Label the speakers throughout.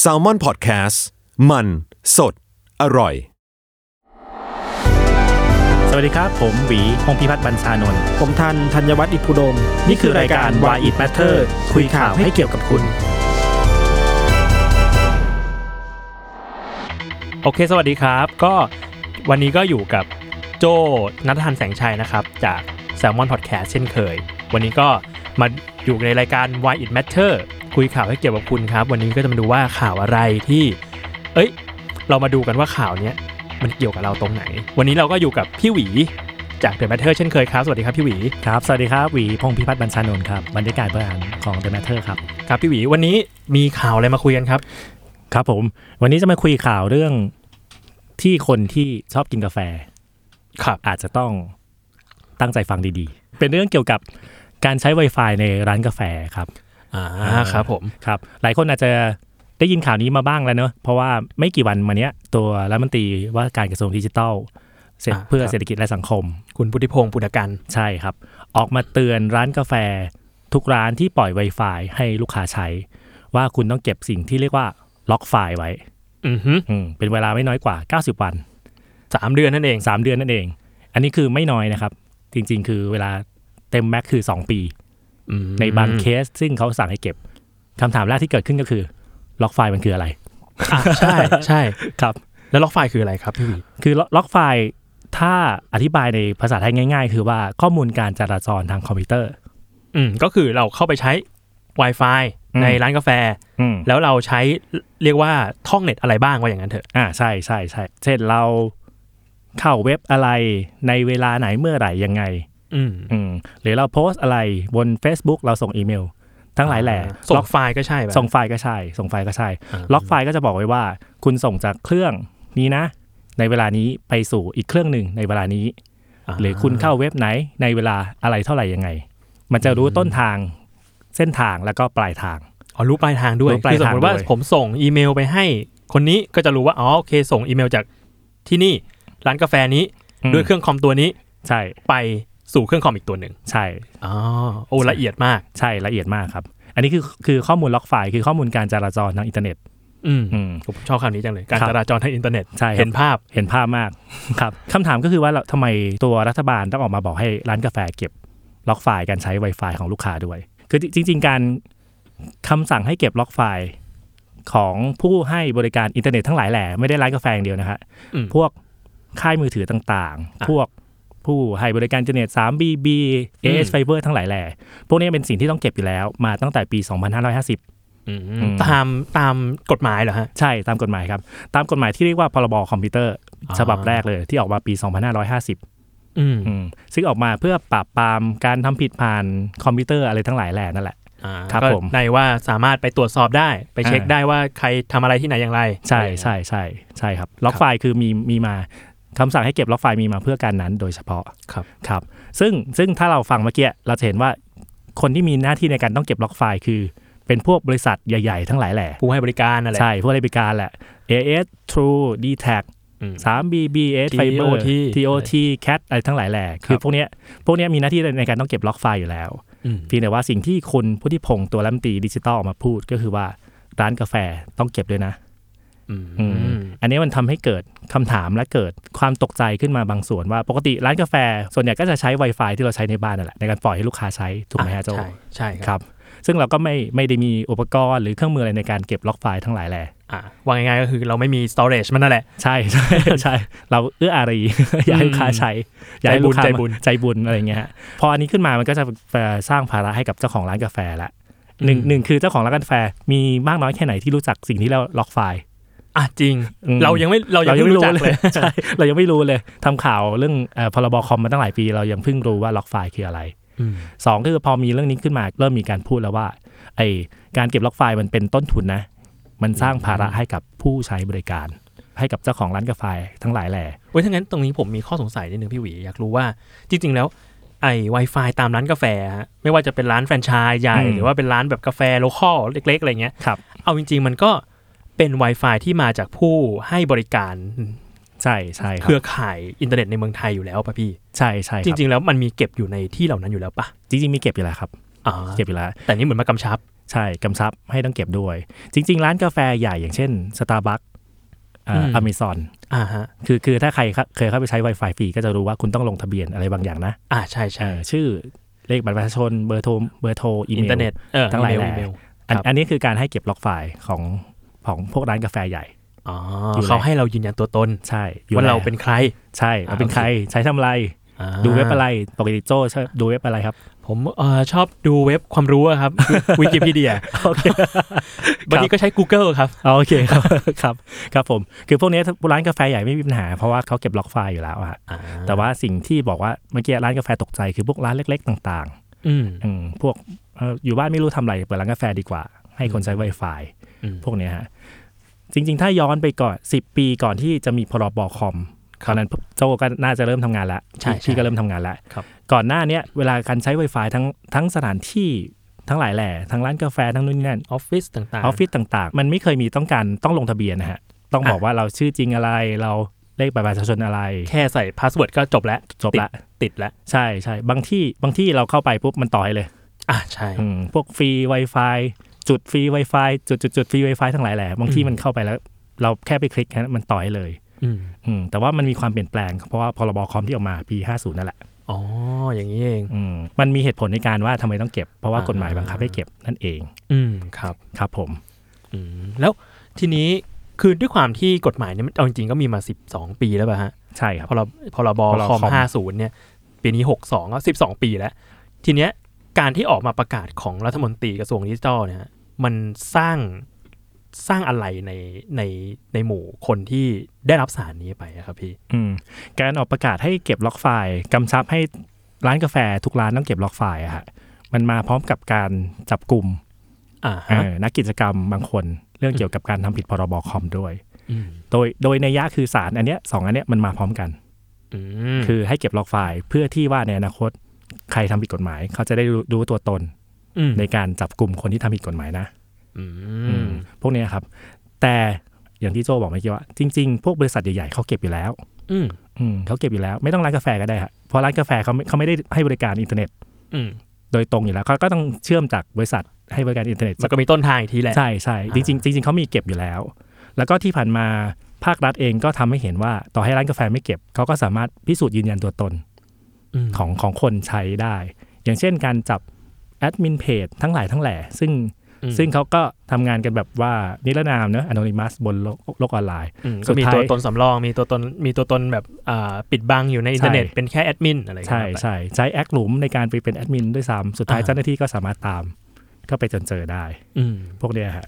Speaker 1: แซลมอนพอดแคสต์มันสดอร่อย
Speaker 2: สวัสดีครับ ผมหวีพงพิพัฒน์บรรชานนท์
Speaker 3: ผมทันธัญวัฒน์อิพุดม
Speaker 2: นี่คือรายการ Why It Matter คุยข่าวให้เกี่ยวกับคุณ โอเค สวัสดีครับ ก็วันนี้ก็อยู่กับโจนัทธันแสงชัยนะครับ จาก s ซ l m o n Podcast เช่นเคย วันนี้ก็มาอยู่ในรายการ Why It Matter คุยข่าวให้เกี่ยวกับคุณครับ วันนี้ก็จะมาดูว่าข่าวอะไรที่ เอ้ย เรามาดูกันว่าข่าวเนี้ยมันเกี่ยวกับเราตรงไหน วันนี้เราก็อยู่กับพี่หวีจาก The Matter เช่นเคยครับ สวัสดีครับพี่หวี
Speaker 4: ครับ สวัสดีครับหวีพงษ์พิพัฒน์บรรชานนท์ครับ บรรยากาศบริหารของ The Matter ครับ
Speaker 2: ครับพี่หวีวันนี้มีข่าวอะไรมาคุยกันครับ
Speaker 4: ครับผม วันนี้จะมาคุยข่าวเรื่องที่คนที่ชอบกินกาแฟ
Speaker 2: ครับ
Speaker 4: อาจจะต้องตั้งใจฟังดีๆ เป็นเรื่องเกี่ยวกับการใช้ Wi-Fi ในร้านกาแฟครับ
Speaker 2: อ่า
Speaker 4: อ่า
Speaker 2: ครับผม
Speaker 4: ครับ หลายคนอาจจะได้ยินข่าวนี้มาบ้างแล้วเนอะเพราะว่าไม่กี่วันมาเนี้ยตัวรัฐมนตรีว่าการกระทรวงดิจิทัลเสร็จ
Speaker 2: อ่า
Speaker 4: เพื่อ
Speaker 2: ครับ
Speaker 4: เศรษฐกิจและสังคม
Speaker 2: คุณพุทธิพงศ์ปุณกัน
Speaker 4: ใช่ครับ ออกมาเตือนร้านกาแฟ ทุกร้านที่ปล่อย Wi-Fi ให้ลูกค้าใช้ ว่าคุณต้องเก็บสิ่งที่เรียกว่าล็อกไฟล์ไว้
Speaker 2: อือฮึ
Speaker 4: อืมเป็นเวลาไม่น้อยกว่า 90 วัน
Speaker 2: สามเดือนนั่นเอง
Speaker 4: 3 เดือนนั่นเอง อันนี้คือไม่น้อยนะครับ จริงๆ คือเวลาเต็มแม็กซ์คือ 2 ปี
Speaker 2: อืม
Speaker 4: ในบางเคส ซึ่งเขาสั่งให้เก็บคำถามแรกที่เกิดขึ้นก็คือล็อกไฟล์มันคืออะไร
Speaker 2: อ่ะใช่ใช่
Speaker 4: ครับ
Speaker 2: แล้วล็อกไฟล์คืออะไรครับพี่หวี
Speaker 4: คือล็อกไฟล์ถ้าอธิบายในภาษาไทยง่าย ๆ คือว่าข้อมูลการจราจรทางคอมพิวเตอร์
Speaker 2: อืมก็คือเราเข้าไปใช้ Wi-Fi
Speaker 4: อืม
Speaker 2: ในร้านกาแฟ
Speaker 4: อืม
Speaker 2: แล้วเราใช้เรียกว่าท่องเน็ตอะไรบ้างว่าอย่างนั้นเถอะ
Speaker 4: อ่าใช่ใช่ใช่เช่นเราเข้าเว็บอะไรในเวลาไหนเมื่อไหร่ยังไง
Speaker 2: อืม
Speaker 4: อืมหรือเราโพสต์อะไรบน Facebook เราส่งอีเมล ทั้งหลายแหล่
Speaker 2: ส่ง
Speaker 4: ล็อก
Speaker 2: ไฟล์ก็ใช่ปะ
Speaker 4: ส่งไฟล์ก็ใช่ ส่งไฟล์ก็ใช่
Speaker 2: อ่า
Speaker 4: ล็อกไฟล์ก็จะบอกไว้ว่า คุณส่งจากเครื่องนี้นะ ในเวลานี้ไปสู่อีกเครื่องหนึ่งในเวลานี้ หรือคุณเข้าเว็บไหนในเวลาอะไรเท่าไหร่ยังไง มันจะรู้ต้นทางเส้นทางแล้วก็ปลายทาง
Speaker 2: อ๋อรู้ปลายทางด้วย
Speaker 4: รู้ปลาย
Speaker 2: คือสมมติว่า
Speaker 4: ทางด้วย
Speaker 2: ผมส่งอีเมลไปให้คนนี้ก็จะรู้ว่าอ๋อโอเคส่งอีเมลจากที่นี่ร้านกาแฟนี้
Speaker 4: อืม
Speaker 2: ด้วยเครื่องคอมตัวนี้
Speaker 4: ใช่
Speaker 2: ไปสู่เครื่องคอมอีกตัวหนึ่ง
Speaker 4: ใช่
Speaker 2: อ๋อโอ้ละเอียดมาก
Speaker 4: ใช่ละเอียดมากครับ อันนี้คือคือข้อมูลล็อกไฟล์คือข้อมูลการจราจรทางอินเทอร์เน็ต
Speaker 2: อืม
Speaker 4: อืม
Speaker 2: ผมชอบคำนี้จังเลย การ
Speaker 4: ครับ
Speaker 2: จราจรทางอินเทอร์เน็ต
Speaker 4: ใช่ครับ
Speaker 2: เห็นภาพ
Speaker 4: เห็นภาพมาก ครับคำถามก็คือว่าเราทำไมตัวรัฐบาลต้องออกมาบอกให้ร้านกาแฟเก็บล็อกไฟล์การใช้ Wi-Fi ของลูกค้าด้วย คือจริง ๆ การคำสั่งให้เก็บล็อกไฟล์ของผู้ให้บริการอินเทอร์เน็ตทั้งหลายแหล่ไม่ได้ร้านกาแฟอย่างเดียวนะฮะ
Speaker 2: อืม
Speaker 4: พวกค่ายมือถือต่าง
Speaker 2: อ่ะ
Speaker 4: ๆ พวกผู้ให้บริการอินเทอร์เน็ต 3BB
Speaker 2: อืม
Speaker 4: AS Fiber ทั้งหลายแหล่พวกนี้เป็นสิ่งที่ต้องเก็บอยู่แล้วมาตั้งแต่ปี 2550
Speaker 2: ตามตามกฎหมายเหรอฮะ
Speaker 4: ใช่ตามกฎหมายครับ ตามกฎหมายที่เรียกว่าพรบคอมพิวเตอร์
Speaker 2: อ่า
Speaker 4: ฉบับแรกเลยที่ออกมาปี 2550
Speaker 2: อืม
Speaker 4: อืมซึ่งออกมาเพื่อปราบปรามการทำผิดผ่านคอมพิวเตอร์อะไรทั้งหลายแหล่นั่นแหละ
Speaker 2: อ่า
Speaker 4: ครับ
Speaker 2: ก็
Speaker 4: ผม
Speaker 2: ในว่าสามารถไปตรวจสอบได้ ไปเช็ค
Speaker 4: อ่า
Speaker 2: ได้ว่าใครทำอะไรที่ไหนอย่างไรอะ
Speaker 4: ใช่
Speaker 2: ไรอย่างเงี้ย
Speaker 4: ใช่ใช่ใช่ครับ ล็อกไฟล์คือมีมีมาคำสั่งให้เก็บล็อกไฟล์มีมาเพื่อการนั้นโดยเฉพาะ
Speaker 2: ครับ
Speaker 4: ครับ ซึ่งซึ่งถ้าเราฟังเมื่อกี้เราจะเห็นว่าคนที่มีหน้าที่ในการต้องเก็บล็อกไฟล์คือ เป็นพวกบริษัทใหญ่ ๆ ทั้งหลายแหล่
Speaker 2: ผู้ให้บริการอะไร
Speaker 4: ใช่พวกบริการแหละ AS True d t a c
Speaker 2: อืม
Speaker 4: 3 BBS Fiber
Speaker 2: TOT
Speaker 4: TOT CAT อะไรทั้งหลายแหล่คือพวกเนี้ยพวกเนี้ยมีหน้าที่ในการต้องเก็บล็อกไฟล์อยู่แล้ว
Speaker 2: อืม
Speaker 4: เพียงแต่ว่าสิ่งที่คุณผู้ที่พงศ์ตัวรัฐมนตรีดิจิตอลออกมาพูดก็คือว่าร้านกาแฟต้องเก็บด้วยนะ
Speaker 2: อืม
Speaker 4: อืมอันนี้มันทำให้เกิดคำถามและเกิดความตกใจขึ้นมาบางส่วนว่าปกติร้านกาแฟส่วนใหญ่ก็จะใช้ Wi-Fi ที่เราใช้ในบ้านนั่นแหละในการปล่อยให้ลูกค้าใช้ถูกไหมฮะโจ
Speaker 2: ใช่ใช่ค
Speaker 4: ครับ รับซึ่งเราก็ไม่ไม่ได้มีอุปกรณ์หรือเครื่องมืออะไรในการเก็บล็อกไฟล์ทั้งหลายแหล่
Speaker 2: อ่าว่าง่ายๆก็คือเราไม่มี storage มันนั่นแหละ
Speaker 4: ใช่ ใช่ ใช่ เราเอื้ออารี อยากให้ลูกค้าใช้อยากให้ลูกค้า
Speaker 2: ใจบุญ
Speaker 4: ใจบุญอะไรอย่างเงี้ยฮะพออันนี้ขึ้นมามันก็จะเอ่อสร้างภาระให้กับเจ้าของร้านกาแฟละหนึ่ง
Speaker 2: อืม
Speaker 4: หนึ่งคือเจ้าของร้านกาแฟมีมากน้อยแค่ไหนที่รู้จักสิ่งที่เราล็อกไฟล์
Speaker 2: อ่ะจริง
Speaker 4: อืม
Speaker 2: เรายังไม่เรายังไม่รู้จักเลย
Speaker 4: ใช่เรายังไม่รู้เลยทำข่าวเรื่องเอ่อพรบคอมมาตั้งหลายปี เรายังเพิ่งรู้ว่าล็อกไฟล์คืออะไร
Speaker 2: อืม
Speaker 4: สองก็คือพอมีเรื่องนี้ขึ้นมาเริ่มมีการพูดแล้วว่าไอการเก็บล็อกไฟล์มันเป็นต้นทุนนะ มันสร้างภาระให้กับผู้ใช้บริการ ให้กับเจ้าของร้านกาแฟทั้งหลายแหล่
Speaker 2: เว้ยถ้างั้นตรงนี้ผมมีข้อสงสัยนิดนึงพี่หวี อยากรู้ว่าจริง ๆ แล้วไอ้ Wi-Fi ตามร้านกาแฟฮะไม่ว่าจะเป็นร้านแฟรนไชส์ใหญ่
Speaker 4: อืม
Speaker 2: หรือว่าเป็นร้านแบบกาแฟโลคอลเล็ก ๆ อะไรเงี้ย
Speaker 4: ครับ
Speaker 2: เอาจริง ๆ มันก็เป็น Wi-Fi ที่มาจากผู้ให้บริการ
Speaker 4: ใช่ใช่ค
Speaker 2: เครับ รือข่ายอินเทอร์เน็ตในเมืองไทยอยู่แล้วป่ะพี่
Speaker 4: ใช่ใช่
Speaker 2: จ
Speaker 4: จ
Speaker 2: ริ
Speaker 4: ริง
Speaker 2: ง ๆ แล้วมันมีเก็บอยู่ในที่เหล่านั้นอยู่แล้วป่ะ
Speaker 4: จริงๆมีเก็บอยู่แล้วครับ
Speaker 2: อ่า
Speaker 4: เก็บอยู่แล้ว
Speaker 2: แต่นี่เหมือนมากำชับ
Speaker 4: ใช่กำชับให้ต้องเก็บด้วย จริง ๆ ร้านกาแฟใหญ่อย่างเช่น Starbucks อ่า
Speaker 2: อืม
Speaker 4: Amazon
Speaker 2: อ่าฮะ
Speaker 4: คือคือถ้าใครเคยเข้าไปใช้ Wi-Fi ฟรีก็จะรู้ว่าคุณต้องลงทะเบียนอะไรบางอย่างนะ
Speaker 2: อ่าใช่ใช่
Speaker 4: เอ่อชื่อเลขบัตรประชาชนเบอร์โทรเบอร์โทรอีเมล
Speaker 2: อินเทอร์เน็ตเออ
Speaker 4: ทั้งหลาย
Speaker 2: อีเมอี
Speaker 4: แหล่
Speaker 2: เมล
Speaker 4: อัน
Speaker 2: ครับ
Speaker 4: อันนี้คือการให้เก็บล็อกไฟล์ของของพวกร้านกาแฟใหญ่
Speaker 2: อ๋ออยู่
Speaker 4: แล้ว
Speaker 2: เขาให้เรายืนยันตัวตน
Speaker 4: ใช่อยู่
Speaker 2: ว่าเรา
Speaker 4: แล้ว
Speaker 2: เป็นใคร
Speaker 4: ใช่
Speaker 2: อ่า
Speaker 4: เราเป็น
Speaker 2: โอเค
Speaker 4: ใครใช้ทำอะไร
Speaker 2: อ่า
Speaker 4: ดูเว็บอะไร ปกติโจ้ชอบดูเว็บอะไรครับ
Speaker 2: ผมเออชอบดูเว็บความรู้ อะครับ วิกิพีเดีย
Speaker 4: โอเค
Speaker 2: บางทีก็ใช้ Google ครับ
Speaker 4: อ๋อโอเคครับ ครับครับผม คือพวกเนี้ยร้านกาแฟใหญ่ไม่มีปัญหา เพราะว่าเขาเก็บล็อกไฟล์อยู่แล้วอะแต่ว่าสิ่งที่บอกว่าเมื่อกี้ร้านกาแฟตกใจคือพวกร้านเล็ก ๆ ต่าง
Speaker 2: อืม
Speaker 4: ๆอืมพวกเอ่ออยู่บ้านไม่รู้ทำอะไรเปิดร้านกาแฟดีกว่า ให้คนใช้ Wi-Fi
Speaker 2: อืม
Speaker 4: พวกเนี้ยฮะจริง ๆ ถ้าย้อนไปก่อน 10 ปีก่อนที่จะมีพรบคอมตอนนั้นโจก็น่าจะเริ่มทำงานแล้ว
Speaker 2: ใช่ใช่
Speaker 4: พี่ก็เริ่มทำงานแล้ว
Speaker 2: ครับ
Speaker 4: ก่อนหน้าเนี้ยเวลาการใช้ Wi-Fi ทั้งทั้งสถานที่ทั้งหลายแหล่ทั้งร้านกาแฟทั้งนู่นนี่นั่น
Speaker 2: ออฟฟิศต่างๆ
Speaker 4: ออฟฟิศต่างๆ มันไม่เคยมีต้องการต้องลงทะเบียนนะฮะ ต้องบอก
Speaker 2: อ่ะ
Speaker 4: ว่าเราชื่อจริงอะไร เราเลขบัตรประชาชนอะไร
Speaker 2: แค่ใส่พาสเวิร์ดก็จบแล้ว
Speaker 4: จบละ
Speaker 2: ติดแล้ว
Speaker 4: ใช่ใช่บางที่บางที่เราเข้าไปปุ๊บมันต่อยเลย
Speaker 2: อ่าใช่
Speaker 4: อืมพวกฟรี Wi-Fi จุดฟรี Wi-Fi จุดจุดจุดฟรี Wi-Fi ทั้งหลายแหละบางที่
Speaker 2: อืม
Speaker 4: มันเข้าไปแล้ว เราแค่ไปคลิกฮะมันต่อยเลย
Speaker 2: อืม
Speaker 4: อืมแต่ว่ามันมีความเปลี่ยนแปลง เพราะว่าพรบคอมที่ออกมาปี 50 นั่นแหละ
Speaker 2: อ๋อ อย่างนี้เอง
Speaker 4: อืมมันมีเหตุผลในการว่าทำไมต้องเก็บ เพราะว่า
Speaker 2: อ่า
Speaker 4: กฎหมายบังคับให้เก็บนั่นเอง
Speaker 2: อืม ครับ
Speaker 4: ครับผม
Speaker 2: อืมแล้วทีนี้คือด้วยความที่กฎหมายเนี่ยมันเอาจริงๆก็มีมา 12 ปีแล้วป่ะฮะ
Speaker 4: ใช่ครับ
Speaker 2: พรบพรบ
Speaker 4: พรบ
Speaker 2: คอม
Speaker 4: คอม
Speaker 2: 50 เนี่ย ปีนี้ 62ก็12 ปีแล้ว ทีเนี้ยการที่ออกมาประกาศของรัฐมนตรีกระทรวงดิจิทัลเนี่ยฮะมันสร้างสร้างอะไรในในในหมู่คนที่ได้รับสารนี้ไปอะครับพี่
Speaker 4: อืมการออกประกาศให้เก็บล็อกไฟล์กำชับให้ร้านกาแฟทุกร้านต้องเก็บล็อกไฟล์อะฮะมันมาพร้อมกับการจับกลุ่ม
Speaker 2: อ่า
Speaker 4: เอ่
Speaker 2: ฮะ
Speaker 4: อนักกิจกรรมบางคนเรื่องเกี่ยวกับการทำผิดพรบคอมด้วย
Speaker 2: อืม
Speaker 4: โดยโดยในยะคือสารอันเนี้ยสองอันเนี้ยมันมาพร้อมกัน
Speaker 2: อืม
Speaker 4: คือให้เก็บล็อกไฟล์เพื่อที่ว่าในอนาคตใครทำผิดกฎหมาย เขาจะได้รู้รู้ตัวตน
Speaker 2: ม
Speaker 4: ในการจับกลุ่มคนที่ทำผิดกฎหมายนะ
Speaker 2: อื
Speaker 4: อื
Speaker 2: ม
Speaker 4: มพวกเนี้ยครับ แต่อย่างที่โจบอกเมื่อกี้ว่า จริง ๆ พวกบริษัทใหญ่ๆเขาเก็บอยู่แล้ว
Speaker 2: อืม
Speaker 4: อืมเขาเก็บอยู่แล้วไม่ต้องร้านกาแฟก็ได้ครับเพราะร้านกาแฟเขาไม่เขาไม่ได้ให้บริการอินเทอร์เน็ต
Speaker 2: อืม
Speaker 4: โดยตรงอยู่แล้วเขาก็ต้องเชื่อมจากบริษัทให้บริการอินเทอร์เน็ต
Speaker 2: มันก็มีต้นทางอีกทีแหละ
Speaker 4: ใช่ใช่จริงๆจริงๆเขามีเก็บอยู่แล้ว แล้วก็ที่ผ่านมาภาครัฐเองก็ทำให้เห็นว่าต่อให้ร้านกาแฟไม่เก็บเขาก็สามารถพิสูจน์ยืนยันตัวตน
Speaker 2: อืม
Speaker 4: ของของคนใช้ได้ อย่างเช่นการจับแอดมินเพจทั้งหลายทั้งแหล่ซึ่ง
Speaker 2: อืม
Speaker 4: ซึ่งเขาก็ทำงานกันแบบว่านิรนามเนอะอนอนิมัสบนโลกโลกออนไลน์
Speaker 2: อืม
Speaker 4: สุ
Speaker 2: ก็
Speaker 4: ด
Speaker 2: มี
Speaker 4: ท้าย
Speaker 2: ตัวตนสำรอง มีตัวตน มีตัวตนแบบอ่าปิดบังอยู่ในอินเทอร์เน็ต
Speaker 4: ใช่
Speaker 2: เป็นแค่แอดมินอะไรก็
Speaker 4: ใช่
Speaker 2: แล้วแต่
Speaker 4: ใช่ใช้แอคหลุมในการไปเป็นแอดมินด้วยซ้ำสุดท้าย
Speaker 2: อ่า
Speaker 4: เจ้าหน้าที่ก็สามารถตาม ก็ไปจนเจอได้
Speaker 2: อืม
Speaker 4: พวกเนี้ยฮะ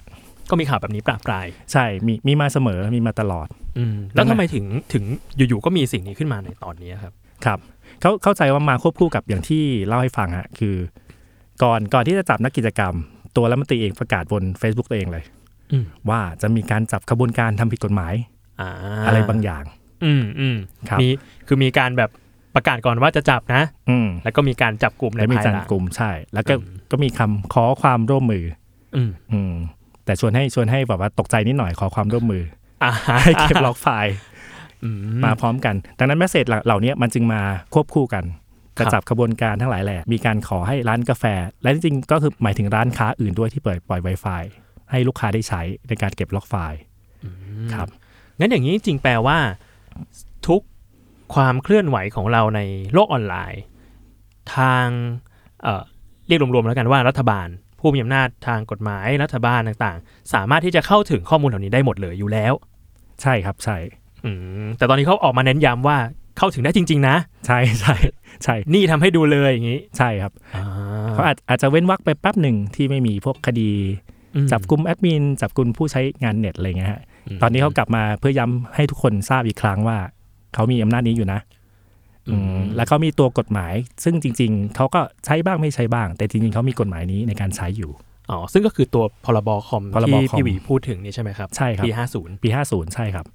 Speaker 2: ก็มีข่าวแบบนี้ปราบปราย
Speaker 4: ใช่มีมีมาเสมอมีมาตลอด
Speaker 2: อืมแล้ว
Speaker 4: ทำไม
Speaker 2: ทำไมถึงถึงอยู่ๆ ก็มีสิ่งนี้ขึ้นมาในตอนนี้ครับ
Speaker 4: ครับเขาเข้าใจว่ามาควบคู่กับอย่างที่เล่าให้ฟังฮะคือ ก่อนก่อนที่จะจับนักกิจกรรม ตัวรัฐมนตรีเองประกาศบน Facebook ตัวเองเลย
Speaker 2: อืม
Speaker 4: ว่าจะมีการจับขบวนการทำผิดกฎหมาย
Speaker 2: อ่า
Speaker 4: อะไรบางอย่าง
Speaker 2: อืมอืม
Speaker 4: ครับ
Speaker 2: มีคือมีการแบบประกาศก่อนว่าจะจับนะ
Speaker 4: อืม
Speaker 2: แล้วก็มีการจับกลุ่มใน
Speaker 4: และมี
Speaker 2: ภาย
Speaker 4: การ
Speaker 2: หลัง
Speaker 4: กลุ่มใช่ แล้วก็ก็มีคำขอความร่วมมือ
Speaker 2: อืม
Speaker 4: อืม แต่ชวนให้ชวนให้แบบว่าตกใจนิดหน่อยขอความร่วมมือ
Speaker 2: อ่า
Speaker 4: ให้เก็บล็อกไฟล์
Speaker 2: อืม
Speaker 4: มาพร้อมกัน ดังนั้นแมสเซจเหล่านี้มันจึงมาควบคู่กัน
Speaker 2: ครั
Speaker 4: จะ
Speaker 2: บ
Speaker 4: จับขบวนการทั้งหลายแหละ มีการขอให้ร้านกาแฟ และจริงๆก็คือหมายถึงร้านค้าอื่นด้วยที่เปิดปล่อย Wi-Fi ให้ลูกค้าได้ใช้ในการเก็บล็อกไฟล์ ครับ
Speaker 2: งั้นอย่างนี้จริงๆแปลว่าทุกความเคลื่อนไหวของเราในโลกออนไลน์ ทางเอ่อเรียกรวมๆแล้วกันว่ารัฐบาล ผู้มีอำนาจทางกฎหมายรัฐบาลต่างๆ สามารถที่จะเข้าถึงข้อมูลเหล่านี้ได้หมดเลยอยู่แล้ว
Speaker 4: ใช่ครับ ใช่
Speaker 2: อืมแต่ตอนนี้เขาออกมาเน้นย้ำว่าเข้าถึงได้จริง ๆ นะ
Speaker 4: ใช่ ใช่ใช่
Speaker 2: นี่ทำให้ดูเลยอย่างนี้
Speaker 4: ใช่ครับเขาอาจอาจจะเว้นวรรคไปแป๊บหนึ่งที่ไม่มีพวกคดี
Speaker 2: อืม
Speaker 4: จับกลุ่มแอดมินจับกลุ่มผู้ใช้งานเน็ตอะไรเงี้ยฮะตอนนี้เขากลับมาเพื่อย้ำให้ทุกคนทราบอีกครั้งว่าเขามีอำนาจนี้อยู่นะ
Speaker 2: อืม
Speaker 4: แล้วเขามีตัวกฎหมาย ซึ่งจริง ๆ เขาก็ใช้บ้างไม่ใช้บ้าง แต่จริง ๆ เขามีกฎหมายนี้ในการใช้อยู่
Speaker 2: อ๋อซึ่งก็คือตัวพรบคอม
Speaker 4: พรบ
Speaker 2: ที่
Speaker 4: คอม
Speaker 2: พี่หวีพูดถึงนี่ใช่ไหมครับ
Speaker 4: ใช่ครับ
Speaker 2: ปีห้าศูนย์
Speaker 4: ปี 50 ใช่ครับ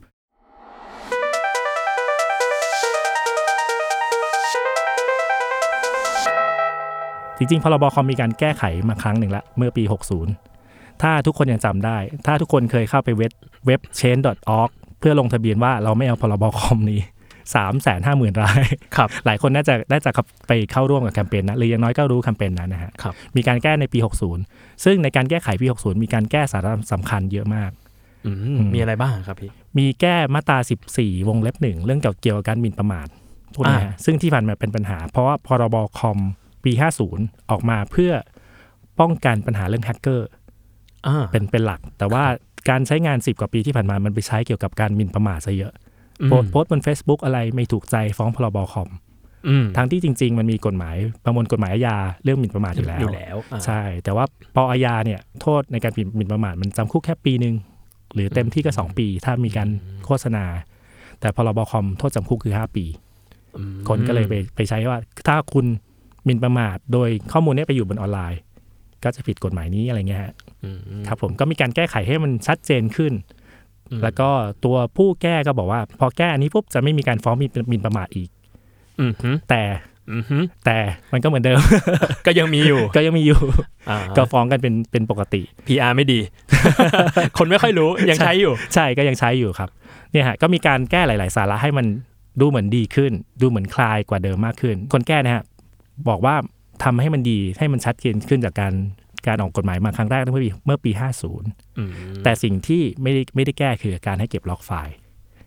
Speaker 4: จริง ๆ พรบคอมมีการแก้ไขมาครั้งหนึ่งละเมื่อปี 60 ถ้าทุกคนยังจำได้ ถ้าทุกคนเคยเข้าไปเว็บเว็บ change.org เพื่อลงทะเบียนว่าเราไม่เอาพรบคอมนี้ สามแสนห้าหมื่นราย
Speaker 2: ครับ
Speaker 4: หลายคนน่าจะน่าจะเข้าไปเข้าร่วมกับแคมเปญนะหรืออย่างน้อยก็รู้แคมเปญนั้นนะฮะ
Speaker 2: ครับ
Speaker 4: มีการแก้ในปี 60 ซึ่งในการแก้ไขปี 60 มีการแก้สาระสำคัญเยอะมาก
Speaker 2: อืมมีอะไรบ้างครับพี่
Speaker 4: มีแก้มาตรา 14 วงเล็บหนึ่งเรื่องเกี่ยวเกี่ยวกับการหมิ่นประมาทพวกนี้ฮะซึ่งที่ผ่านมาเป็นปัญหา เพราะว่าพรบคอมปี 50 ออกมาเพื่อป้องกันปัญหาเรื่องแฮกเกอร์
Speaker 2: อ่า
Speaker 4: เป็นเป็นหลัก แต่ว่าการใช้งาน 10 กว่าปีที่ผ่านมามันไปใช้เกี่ยวกับการหมิ่นประมาทซะเยอะ
Speaker 2: อืม
Speaker 4: โพสต์โพสต์บน Facebook อะไรไม่ถูกใจฟ้องพรบคอม
Speaker 2: อืม
Speaker 4: ทั้งที่จริง ๆ มันมีกฎหมายประมวลกฎหมายอาญาเรื่องหมิ่นประมาทอยู่แล้ว
Speaker 2: อยู่แล้วอ่า
Speaker 4: ใช่ แต่ว่าปออาญาเนี่ย โทษในการหมิ่นประมาทมันจำคุกแค่ปีหนึ่งหรือเต็มที่ก็ 2 ปี ถ้ามีการโฆษณา แต่พรบคอมโทษจำคุกคือ 5 ปี
Speaker 2: อืม
Speaker 4: คนก็เลยไปไปใช้ว่า ถ้าคุณหมิ่นประมาทโดยข้อมูลเนี้ไปอยู่บนออนไลน์ ก็จะผิดกฎหมายนี้อะไรเงี้ยฮะ
Speaker 2: อืม
Speaker 4: ครับผมก็มีการแก้ไขให้มันชัดเจนขึ้น
Speaker 2: อืม
Speaker 4: แล้วก็ตัวผู้แก้ก็บอกว่า พอแก้อันนี้ปุ๊บจะไม่มีการฟ้องหมินประมาทอีก
Speaker 2: อืมฮึ
Speaker 4: แต่
Speaker 2: อืมฮึ
Speaker 4: แต่มันก็เหมือนเดิม
Speaker 2: ก็ยังมีอยู่
Speaker 4: ก็ยังมีอยู่
Speaker 2: อ่า
Speaker 4: ก็ฟ้องกันเป็นเป็นปกติ
Speaker 2: PR ไม่ดี คนไม่ค่อยรู้ยังใช้อยู่
Speaker 4: ใช่ก็ยังใช้อยู่ครับเนี่ยฮะก็มีการแก้หลาย ๆ สาระให้มันดูเหมือนดีขึ้น ดูเหมือนคลายกว่าเดิมมากขึ้น คนแก้นะฮะบอกว่าทำให้มันดีให้มันชัดเจนขึ้นจากการการออกกฎหมายมาครั้งแรกเมื่อปีเมื่อปี 50
Speaker 2: อืม
Speaker 4: แต่สิ่งที่ไม่ได้ไม่ได้แก้คือการให้เก็บล็อกไฟล์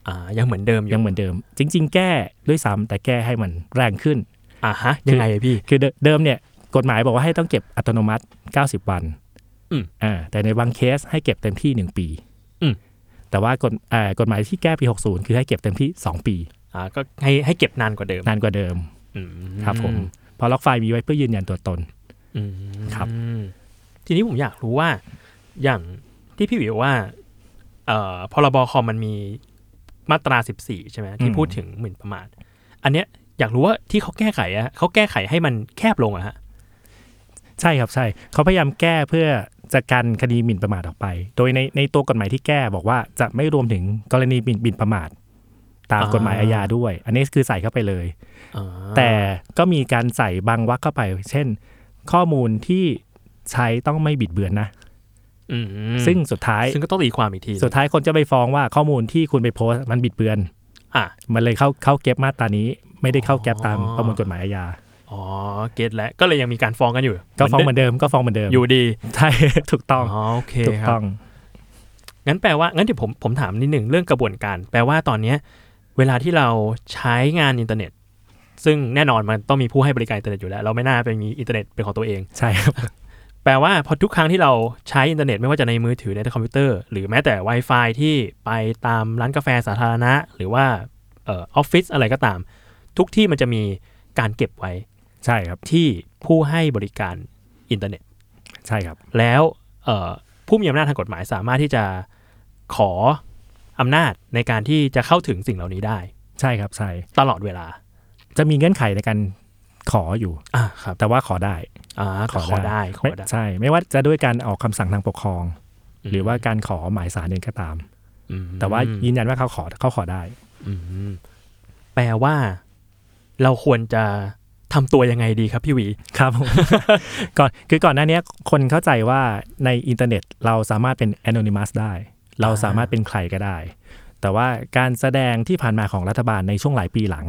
Speaker 2: อ่ายังเหมือนเดิมอยู่
Speaker 4: ยังเหมือนเดิม จริง ๆ แก้ด้วยซ้ำแต่แก้ให้มันแรงขึ้น
Speaker 2: อ่าฮะยังไงอะพี่
Speaker 4: คือเดิเดิมเนี่ยกฎหมายบอกว่าให้ต้องเก็บอัตโนมัติ 90 วัน
Speaker 2: อืม
Speaker 4: อ่าแต่ในบางเคสให้เก็บเต็มที่ 1 ปี
Speaker 2: อืม
Speaker 4: แต่ว่ากฎอ่ากฎหมายที่แก้ปี 60 คือให้เก็บเต็มที่ 2 ปี
Speaker 2: อ่าก็ให้ให้เก็บนานกว่าเดิม
Speaker 4: นานกว่าเดิม
Speaker 2: อืม
Speaker 4: ครับผมเพอล็อกไฟล์มีไว้เพื่อยืนยันตัวตน
Speaker 2: อืม
Speaker 4: ครับ
Speaker 2: ทีนี้ผมอยากรู้ว่า อย่างที่พี่วิวว่าเอ่อพรบคอมมันมีมาตราสิบสี่ใช่ไหมที่พูดถึงหมิ่นประมาทอันเนี้ยอยากรู้ว่าที่เขาแก้ไขอะเขาแก้ไขให้มันแคบลงอะฮะ
Speaker 4: ใช่ครับใช่เขาพยายามแก้เพื่อจะกันคดีหมิ่นประมาทออกไป โดยในในตัวกฎหมายที่แก้บอกว่าจะไม่รวมถึงกรณีหมิ่นหมิ่นประมาท ตาม
Speaker 2: อ่าก ก
Speaker 4: ฎหมายอาญาด้วย อันนี้คือใส่เข้าไปเลย
Speaker 2: อ่า
Speaker 4: แต่ก็มีการใส่บางวรรคเข้าไป เช่น ข้อมูลที่ใช้ต้องไม่บิดเบือนนะ
Speaker 2: อืม
Speaker 4: ซึ่งสุดท้าย
Speaker 2: ซึ่งก็ต้องตีความอีกที
Speaker 4: สุดท้ายคนจะไปฟ้องว่าข้อมูลที่คุณไปโพสต์มันบิดเบือน
Speaker 2: อ่ะ
Speaker 4: มันเลยเข้าเข้าเก็บมาตรานี้ ไม่ได้เข้าแก็บตาม
Speaker 2: อ๋อ
Speaker 4: ประมวลกฎหมายอาญา
Speaker 2: อ๋อเก็ตแล้วก็เลยยังมีการฟ้องกันอยู่
Speaker 4: ก็ฟ้องเหมือนเดิมก็ฟ้องเหมือนเดิม
Speaker 2: อยู่ดี
Speaker 4: ใช่ ถูกต้อ
Speaker 2: อ๋
Speaker 4: ง
Speaker 2: อโอเค
Speaker 4: ถูก
Speaker 2: ครับ
Speaker 4: ต้อง
Speaker 2: งั้นแปลว่างั้นเดี๋ยวผมผมถามนิดหนึ่งเรื่องกระบวนการ แปลว่าตอนเนี้ยเวลาที่เราใช้งานอินเทอร์เน็ต ซึ่งแน่นอนมันต้องมีผู้ให้บริการอินเทอร์เน็ตอยู่แล้ว เราไม่น่าไปมีอินเทอร์เน็ตเป็นของตัวเอง
Speaker 4: ใช่ครับ
Speaker 2: แปลว่าพอทุกครั้งที่เราใช้อินเทอร์เน็ตไม่ว่าจะในมือถือในคอมพิวเตอร์ หรือแม้แต่ Wi-Fi ที่ไปตามร้านกาแฟสาธารณะ หรือว่าเออออฟฟิศอะไรก็ตาม ทุกที่มันจะมีการเก็บไว้
Speaker 4: ใช่ครับ
Speaker 2: ที่ผู้ให้บริการอินเทอร์เน็ต
Speaker 4: ใช่ครับ
Speaker 2: แล้วเอ่อผู้มีอำนาจทางกฎหมายสามารถที่จะขออำนาจในการที่จะเข้าถึงสิ่งเหล่านี้ได้
Speaker 4: ใช่ครับใช่
Speaker 2: ตลอดเวลา
Speaker 4: จะมีเงื่อนไขในการขออยู่
Speaker 2: อ่าครับ
Speaker 4: แต่ว่าขอได้
Speaker 2: อ่าขอ
Speaker 4: ขอได้
Speaker 2: ได้ขอ
Speaker 4: ไม่
Speaker 2: ได้
Speaker 4: ใช่ ไม่ว่าจะด้วยการออกคำสั่งทางปกครอง หรือว่าการขอหมายสารเองก็ตาม
Speaker 2: อืม
Speaker 4: แต่ว่ายืนยันว่าเขาขอเขาขอได้
Speaker 2: อืมแปลว่า เราควรจะทำตัวยังไงดีครับพี่หวี
Speaker 4: ครับผม ก่อนคือก่อนหน้าเนี้ยคนเข้าใจว่าในอินเทอร์เน็ตเราสามารถเป็น anonymous ได้ เราสามารถเป็นใครก็ได้ แต่ว่าการแสดงที่ผ่านมาของรัฐบาลในช่วงหลายปีหลัง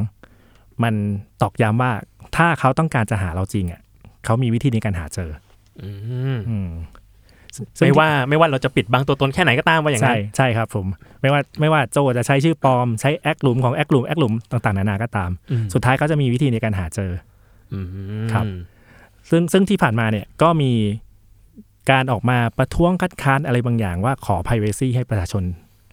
Speaker 4: มันตอกย้ำว่าถ้าเขาต้องการจะหาเราจริงอ่ะเขามีวิธีในการหาเจอ
Speaker 2: อืม
Speaker 4: อืมซึ่ง
Speaker 2: ไม่ว่าไม่ว่าเราจะปิดบังตัวตนแค่ไหนก็ตามว่าอย่างนั้
Speaker 4: ใช่
Speaker 2: น
Speaker 4: ใช่ครับผม ไม่ว่าไม่ว่าโจจะใช้ชื่อปลอมใช้แอคหลุมของแอคหลุมแอคหลุมต่างๆนานาก็ตาม
Speaker 2: อืม
Speaker 4: สุดท้ายเขาจะมีวิธีในการหาเจอ
Speaker 2: อืม
Speaker 4: ครับ ซึ่งซึ่งที่ผ่านมาเนี่ยก็มีการออกมาประท้วงคัดค้านอะไรบางอย่างว่าขอ p r i เวซีให้ประชาชน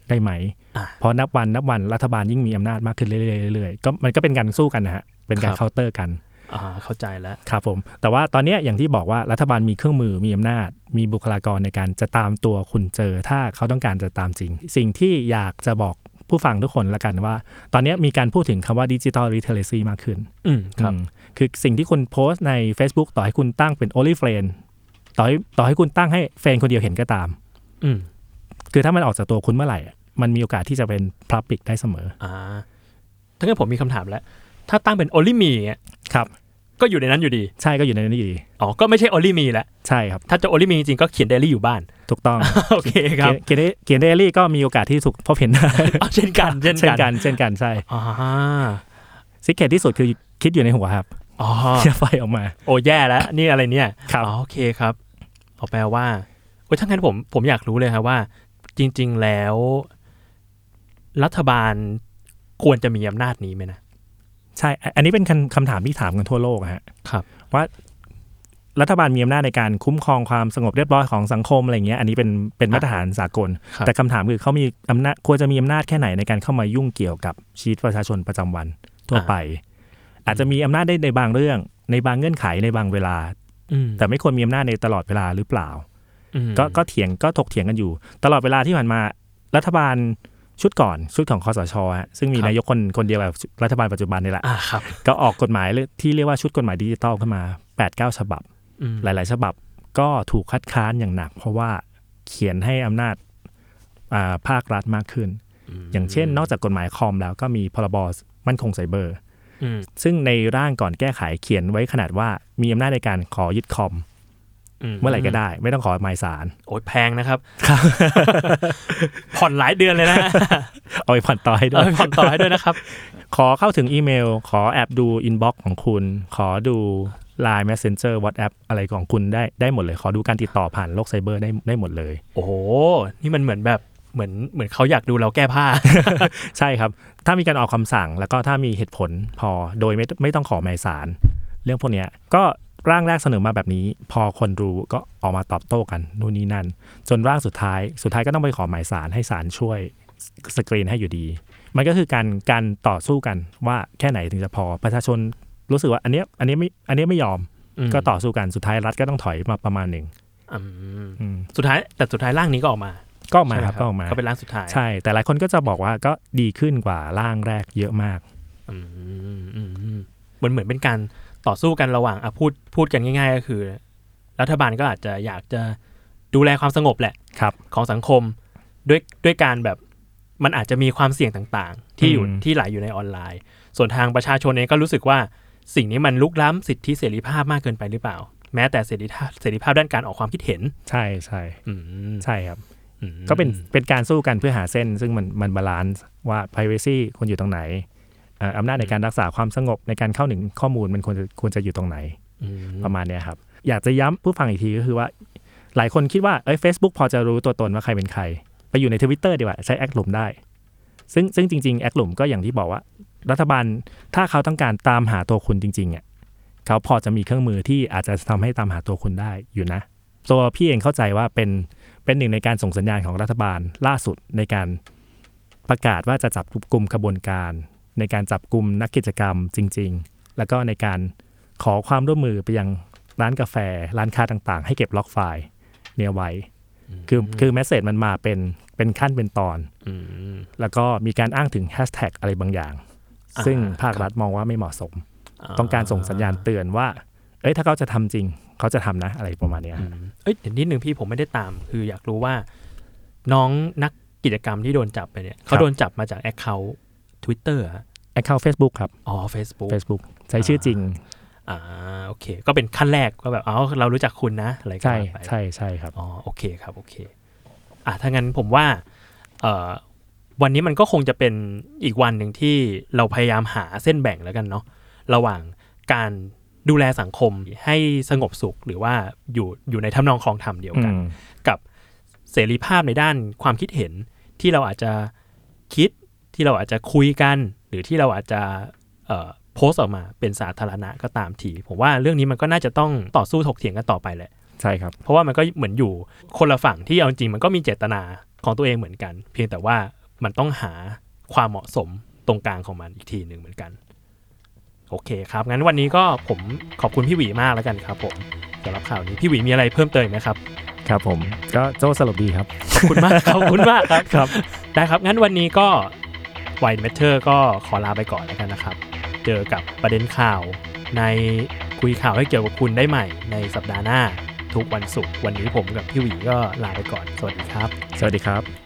Speaker 4: ได้ไหม
Speaker 2: อ่ะ
Speaker 4: เพราะนับวันนับวันรัฐบาลยิ่งมีอำนาจมากขึ้นเรื่อยๆเรื่อยๆก็มันก็เป็นการสู้กันนะฮะ เป็นกา
Speaker 2: ค
Speaker 4: ร
Speaker 2: รับ
Speaker 4: เคาน์เตอร์กัน
Speaker 2: อ่า เข้าใจแล้ว
Speaker 4: ครับผม แต่ว่าตอนเนี้ยอย่างที่บอกว่ารัฐบาลมีเครื่องมือมีอำนาจ มีบุคลากรในการจะตามตัวคุณเจอ ถ้าเขาต้องการจะตามจริง สิ่งที่อยากจะบอกผู้ฟังทุกคนละกันว่า ตอนเนี้ยมีการพูดถึงคำว่าดิจิทัลริเทเลซีมากขึ้น
Speaker 2: อืมครับ
Speaker 4: อืมคือสิ่งที่คุณโพสต์ใน Facebook ต่อให้คุณตั้งเป็น only friend ต่อให้ต่อให้คุณตั้งให้แฟนคนเดียวเห็นก็ตาม
Speaker 2: อืม
Speaker 4: คือถ้ามันออกจากตัวคุณเมื่อไหร่อะมันมีโอกาสที่จะเป็น Public ได้เสมอ
Speaker 2: อ่าถ้างั้นผมมีคำถามแล้ว ถ้าตั้งเป็น only me อ่ะ
Speaker 4: ครับ
Speaker 2: ก็อยู่ในนั้นอยู่ดี
Speaker 4: ใช่ก็อยู่ในนั้นอยู่ดี
Speaker 2: อ๋อ ก็ไม่ใช่ only me ละ
Speaker 4: ใช่ครับ
Speaker 2: ถ้าจะ only me จริงๆก็เขียน diary อยู่บ้าน
Speaker 4: ถูกต้อง
Speaker 2: โอเค ครับ
Speaker 4: เขียนเขียนเดลี่ก็มีโอกาสที่ถูกพบเห็นได้
Speaker 2: เอาเช่นกัน เช่น
Speaker 4: เช่น
Speaker 2: กั
Speaker 4: กัน นเช่นกันใช่
Speaker 2: อ่า
Speaker 4: ซิกเกตที่สุดคือคิดอยู่ในหัวครับ
Speaker 2: อ๋อ
Speaker 4: อย่าไฟออกมา
Speaker 2: โอ้แย่ แล้ว นี่อะไรเนี่ย
Speaker 4: ครับ
Speaker 2: อ๋อโอเคครับเอาแปลว่าโอ้ยถ้างั้นผมผมอยากรู้เลยครับว่า จริง ๆแล้ว รัฐบาลควรจะมีอำนาจนี้ไหมนะ
Speaker 4: ใช่อันอันนี้เป็นคำคำถามที่ถามกันทั่วโลกอะฮะ
Speaker 2: ครับ
Speaker 4: ว่ารัฐบาลมีอำนาจในการคุ้มครองความสงบเรียบร้อยของสังคมอะไรเงี้ย อันนี้เป็นเป็นมาตรฐานสากล
Speaker 2: ครับ
Speaker 4: แต่คำถามคือเขามีอำนาจควรจะมีอำนาจแค่ไหนในการเข้ามายุ่งเกี่ยวกับชีวิตประชาชนประจำวันทั่วไป อาจจะมีอำนาจได้ในบางเรื่อง ในบางเงื่อนไขในบางเวลา
Speaker 2: อืม
Speaker 4: แต่ไม่ควรมีอำนาจในตลอดเวลาหรือเปล่า
Speaker 2: อืม
Speaker 4: ก็ก็เถียงก็ถกเถียงกันอยู่ ตลอดเวลาที่ผ่านมารัฐบาลชุดก่อนชุดของคอสชฮะซึ่งมีนายกคนคนเดียวกับรัฐบาลปัจจุบันนี่แหละ
Speaker 2: อ่าครับ
Speaker 4: ก็ออกกฎหมายเลยที่เรียกว่าชุดกฎหมายดิจิตอลขึ้นมา 8-9 ฉบับ
Speaker 2: อืม
Speaker 4: หลาย ๆ ฉบับก็ถูกคัดค้านอย่างหนัก เพราะว่าเขียนให้อำนาจอ่าภาครัฐมากขึ้น อย่างเช่น นอกจากกฎหมายคอมแล้วก็มีพรบมั่นคงไซเบอร์
Speaker 2: อืม
Speaker 4: ซึ่งในร่างก่อนแก้ไขเขียนไว้ขนาดว่ามีอำนาจในการขอยึดคอม เมื่อไหร่ก็ได้ ไม่ต้องขอหมายสาร
Speaker 2: โอ้ยแพงนะครับ ผ่อนหลายเดือน เลยนะ
Speaker 4: เอาไปผ่อนต่อให้ด้
Speaker 2: เอา
Speaker 4: วย
Speaker 2: ไปผ่อนต่อให้ด้วยนะครับ
Speaker 4: ขอเข้าถึงอีเมล ขอแอบดูอินบ็อกของคุณ ขอดู Line Messenger WhatsApp อะไรของคุณได้ได้หมดเลย ขอดูการติดต่อผ่านโลกไซเบอร์ได้ได้หมดเลย
Speaker 2: โอ้โหนี่มันเหมือนแบบเหมือนเหมือนเขาอยากดูเราแก้ผ้า
Speaker 4: ใช่ครับ ถ้ามีการออกคำสั่งแล้วก็ถ้ามีเหตุผลพอโดยไม่ไม่ต้องขอหมายสาร เรื่องพวกเนี้ยก็ร่างแรกเสนอมาแบบนี้ พอคนรู้ก็ออกมาตอบโต้กันนู่นนี่นั่น จนร่างสุดท้าย สุดท้ายก็ต้องไปขอหมายสารให้สารช่วยสกรีนให้อยู่ดี มันก็คือการการต่อสู้กันว่าแค่ไหนถึงจะพอประชาชนรู้สึกว่าอันเนี้ยอันเนี้ยไม่อันเนี้ยไม่ยอม
Speaker 2: อืม
Speaker 4: ก็ต่อสู้กันสุดท้ายรัฐก็ต้องถอยมาประมาณหนึ่ง
Speaker 2: อืม
Speaker 4: อืม
Speaker 2: สุดท้ายแต่สุดท้ายร่างนี้ก็ออกมา
Speaker 4: ก็ออกมาครับก็ออกมา
Speaker 2: ก็เป็นร่างสุดท้าย
Speaker 4: ใช่ แต่หลายคนก็จะบอกว่าก็ดีขึ้นกว่าร่างแรกเยอะมาก
Speaker 2: อืมอืมอืมเหมือนเหมือนเป็นการต่อสู้กันระหว่างอ่ะพูดพูดกันง่าย ๆ ก็คือ รัฐบาลก็อาจจะอยากจะดูแลความสงบแหละ
Speaker 4: ครับ
Speaker 2: ของสังคมด้วยด้วยการแบบมันอาจจะมีความเสี่ยงต่างๆ ที่อยู่
Speaker 4: อืม
Speaker 2: ที่ไหลอยู่ในออนไลน์ ส่วนทางประชาชนเองก็รู้สึกว่าสิ่งนี้มันลุกล้ำสิทธิเสรีภาพมากเกินไปหรือเปล่า แม้แต่เสรีภาพเสรีภาพด้านการออกความคิดเห็น
Speaker 4: ใช่ใช่
Speaker 2: อืม
Speaker 4: ใช่ครับ
Speaker 2: อืม
Speaker 4: ก็เป็นเป็นการสู้กันเพื่อหาเส้น ซึ่งมันมันบาลานซ์ว่า p r i เวซีควรอยู่ตรงไหนเอ่ออำนาจในการรักษาความสงบในการเข้าถึงข้อมูลมันควรจะควรจะอยู่ตรงไหน
Speaker 2: อืม
Speaker 4: ประมาณเนี้ยครับ อยากจะย้ำผู้ฟังอีกทีก็คือว่า หลายคนคิดว่าเอ้ย Facebook พอจะรู้ตัวตนว่าใครเป็นใคร ไปอยู่ใน Twitter ดีกว่า ใช้แอคหลุมได้ ซึ่งซึ่งจริงๆแอคหลุมก็อย่างที่บอกว่า รัฐบาลถ้าเขาต้องการตามหาตัวคุณจริงๆอ่ะเขาพอจะมีเครื่องมือที่อาจจะทำให้ตามหาตัวคุณได้อยู่นะ ตัวพี่เองเข้าใจว่าเป็นเป็นหนึ่งในการส่งสัญญาณของรัฐบาลล่าสุดในการประกาศว่าจะจับกลุ่มขบวนการ ในการจับกลุ่มนักกิจกรรมจริง ๆ แล้วก็ในการขอความร่วมมือไปยังร้านกาแฟ ร้านค้าต่างๆ ให้เก็บล็อกไฟล์เนี่ยไว้ คือคือแมสเซจมันมาเป็นเป็นขั้นเป็นตอน
Speaker 2: อืม
Speaker 4: แล้วก็มีการอ้างถึงแฮชแท็กอะไรบางอย่าง
Speaker 2: อ่า
Speaker 4: ซึ่งภาครัฐมองว่าไม่เหมาะสม ต้องการส่งสัญญาณเตือนว่า เอ้ยถ้าเขาจะทำจริง เขาจะทำนะอะไรประมาณเนี้ย
Speaker 2: เอ้ยเดี๋ยวนิดนึงพี่ผมไม่ได้ตาม คืออยากรู้ว่า น้องนักกิจกรรมที่โดนจับไปเนี่ยเขาโดนจับมาจากแอคเคาท์ Twitter ฮะ
Speaker 4: แอคเคาท์ Facebook ครับ
Speaker 2: อ๋อ Facebook
Speaker 4: Facebook ใช้ชื่อจริง
Speaker 2: อ่าโอเค ก็เป็นขั้นแรกก็แบบเอาเรารู้จักคุณนะ อะไรก็
Speaker 4: ใช่
Speaker 2: ว่าไป
Speaker 4: ใช่ใช่ครับ
Speaker 2: อ๋อโอเคครับ โอเค อ่ะถ้างั้นผมว่าเอ่อวันนี้มันก็คงจะเป็นอีกวันหนึ่งที่เราพยายามหาเส้นแบ่งแล้วกันเนาะระหว่างการดูแลสังคมให้สงบสุขหรือว่าอยู่อยู่ในทำนองคลองธรรมเดียวกัน กับเสรีภาพในด้านความคิดเห็นที่เราอาจจะคิดที่เราอาจจะคุยกัน หรือที่เราอาจจะเอ่อโพสต์ออกมาเป็นสาธารณะก็ตามที ผมว่าเรื่องนี้มันก็น่าจะต้องต่อสู้ถกเถียงกันต่อไปแหละ
Speaker 4: ใช่ครับ
Speaker 2: เพราะว่ามันก็เหมือนอยู่คนละฝั่งที่เอาจริงมันก็มีเจตนาของตัวเองเหมือนกัน เพียงแต่ว่ามันต้องหาความเหมาะสมตรงกลางของมันอีกทีหนึ่งเหมือนกัน โอเคครับ งั้นวันนี้ก็ผมขอบคุณพี่หวีมากแล้วกันครับผมสำหรับข่าวนี้พี่หวีมีอะไรเพิ่มเติมอีกไหมครับ
Speaker 4: ครับผม ก็โจ้สรุปดีครับ
Speaker 2: ขอบคุณมากครับขอบคุณมากครับ ได้ครับ งั้นวันนี้ก็ White Matter ก็ขอลาไปก่อนแล้วกันนะครับ เจอกับประเด็นข่าว ในคุยข่าวให้เกี่ยวกับคุณได้ใหม่ ในสัปดาห์หน้า ทุกวันศุกร์วันนี้ผมกับพี่หวีก็ลาไปก่อน สวัสดีครับ
Speaker 4: สวัสดีครับ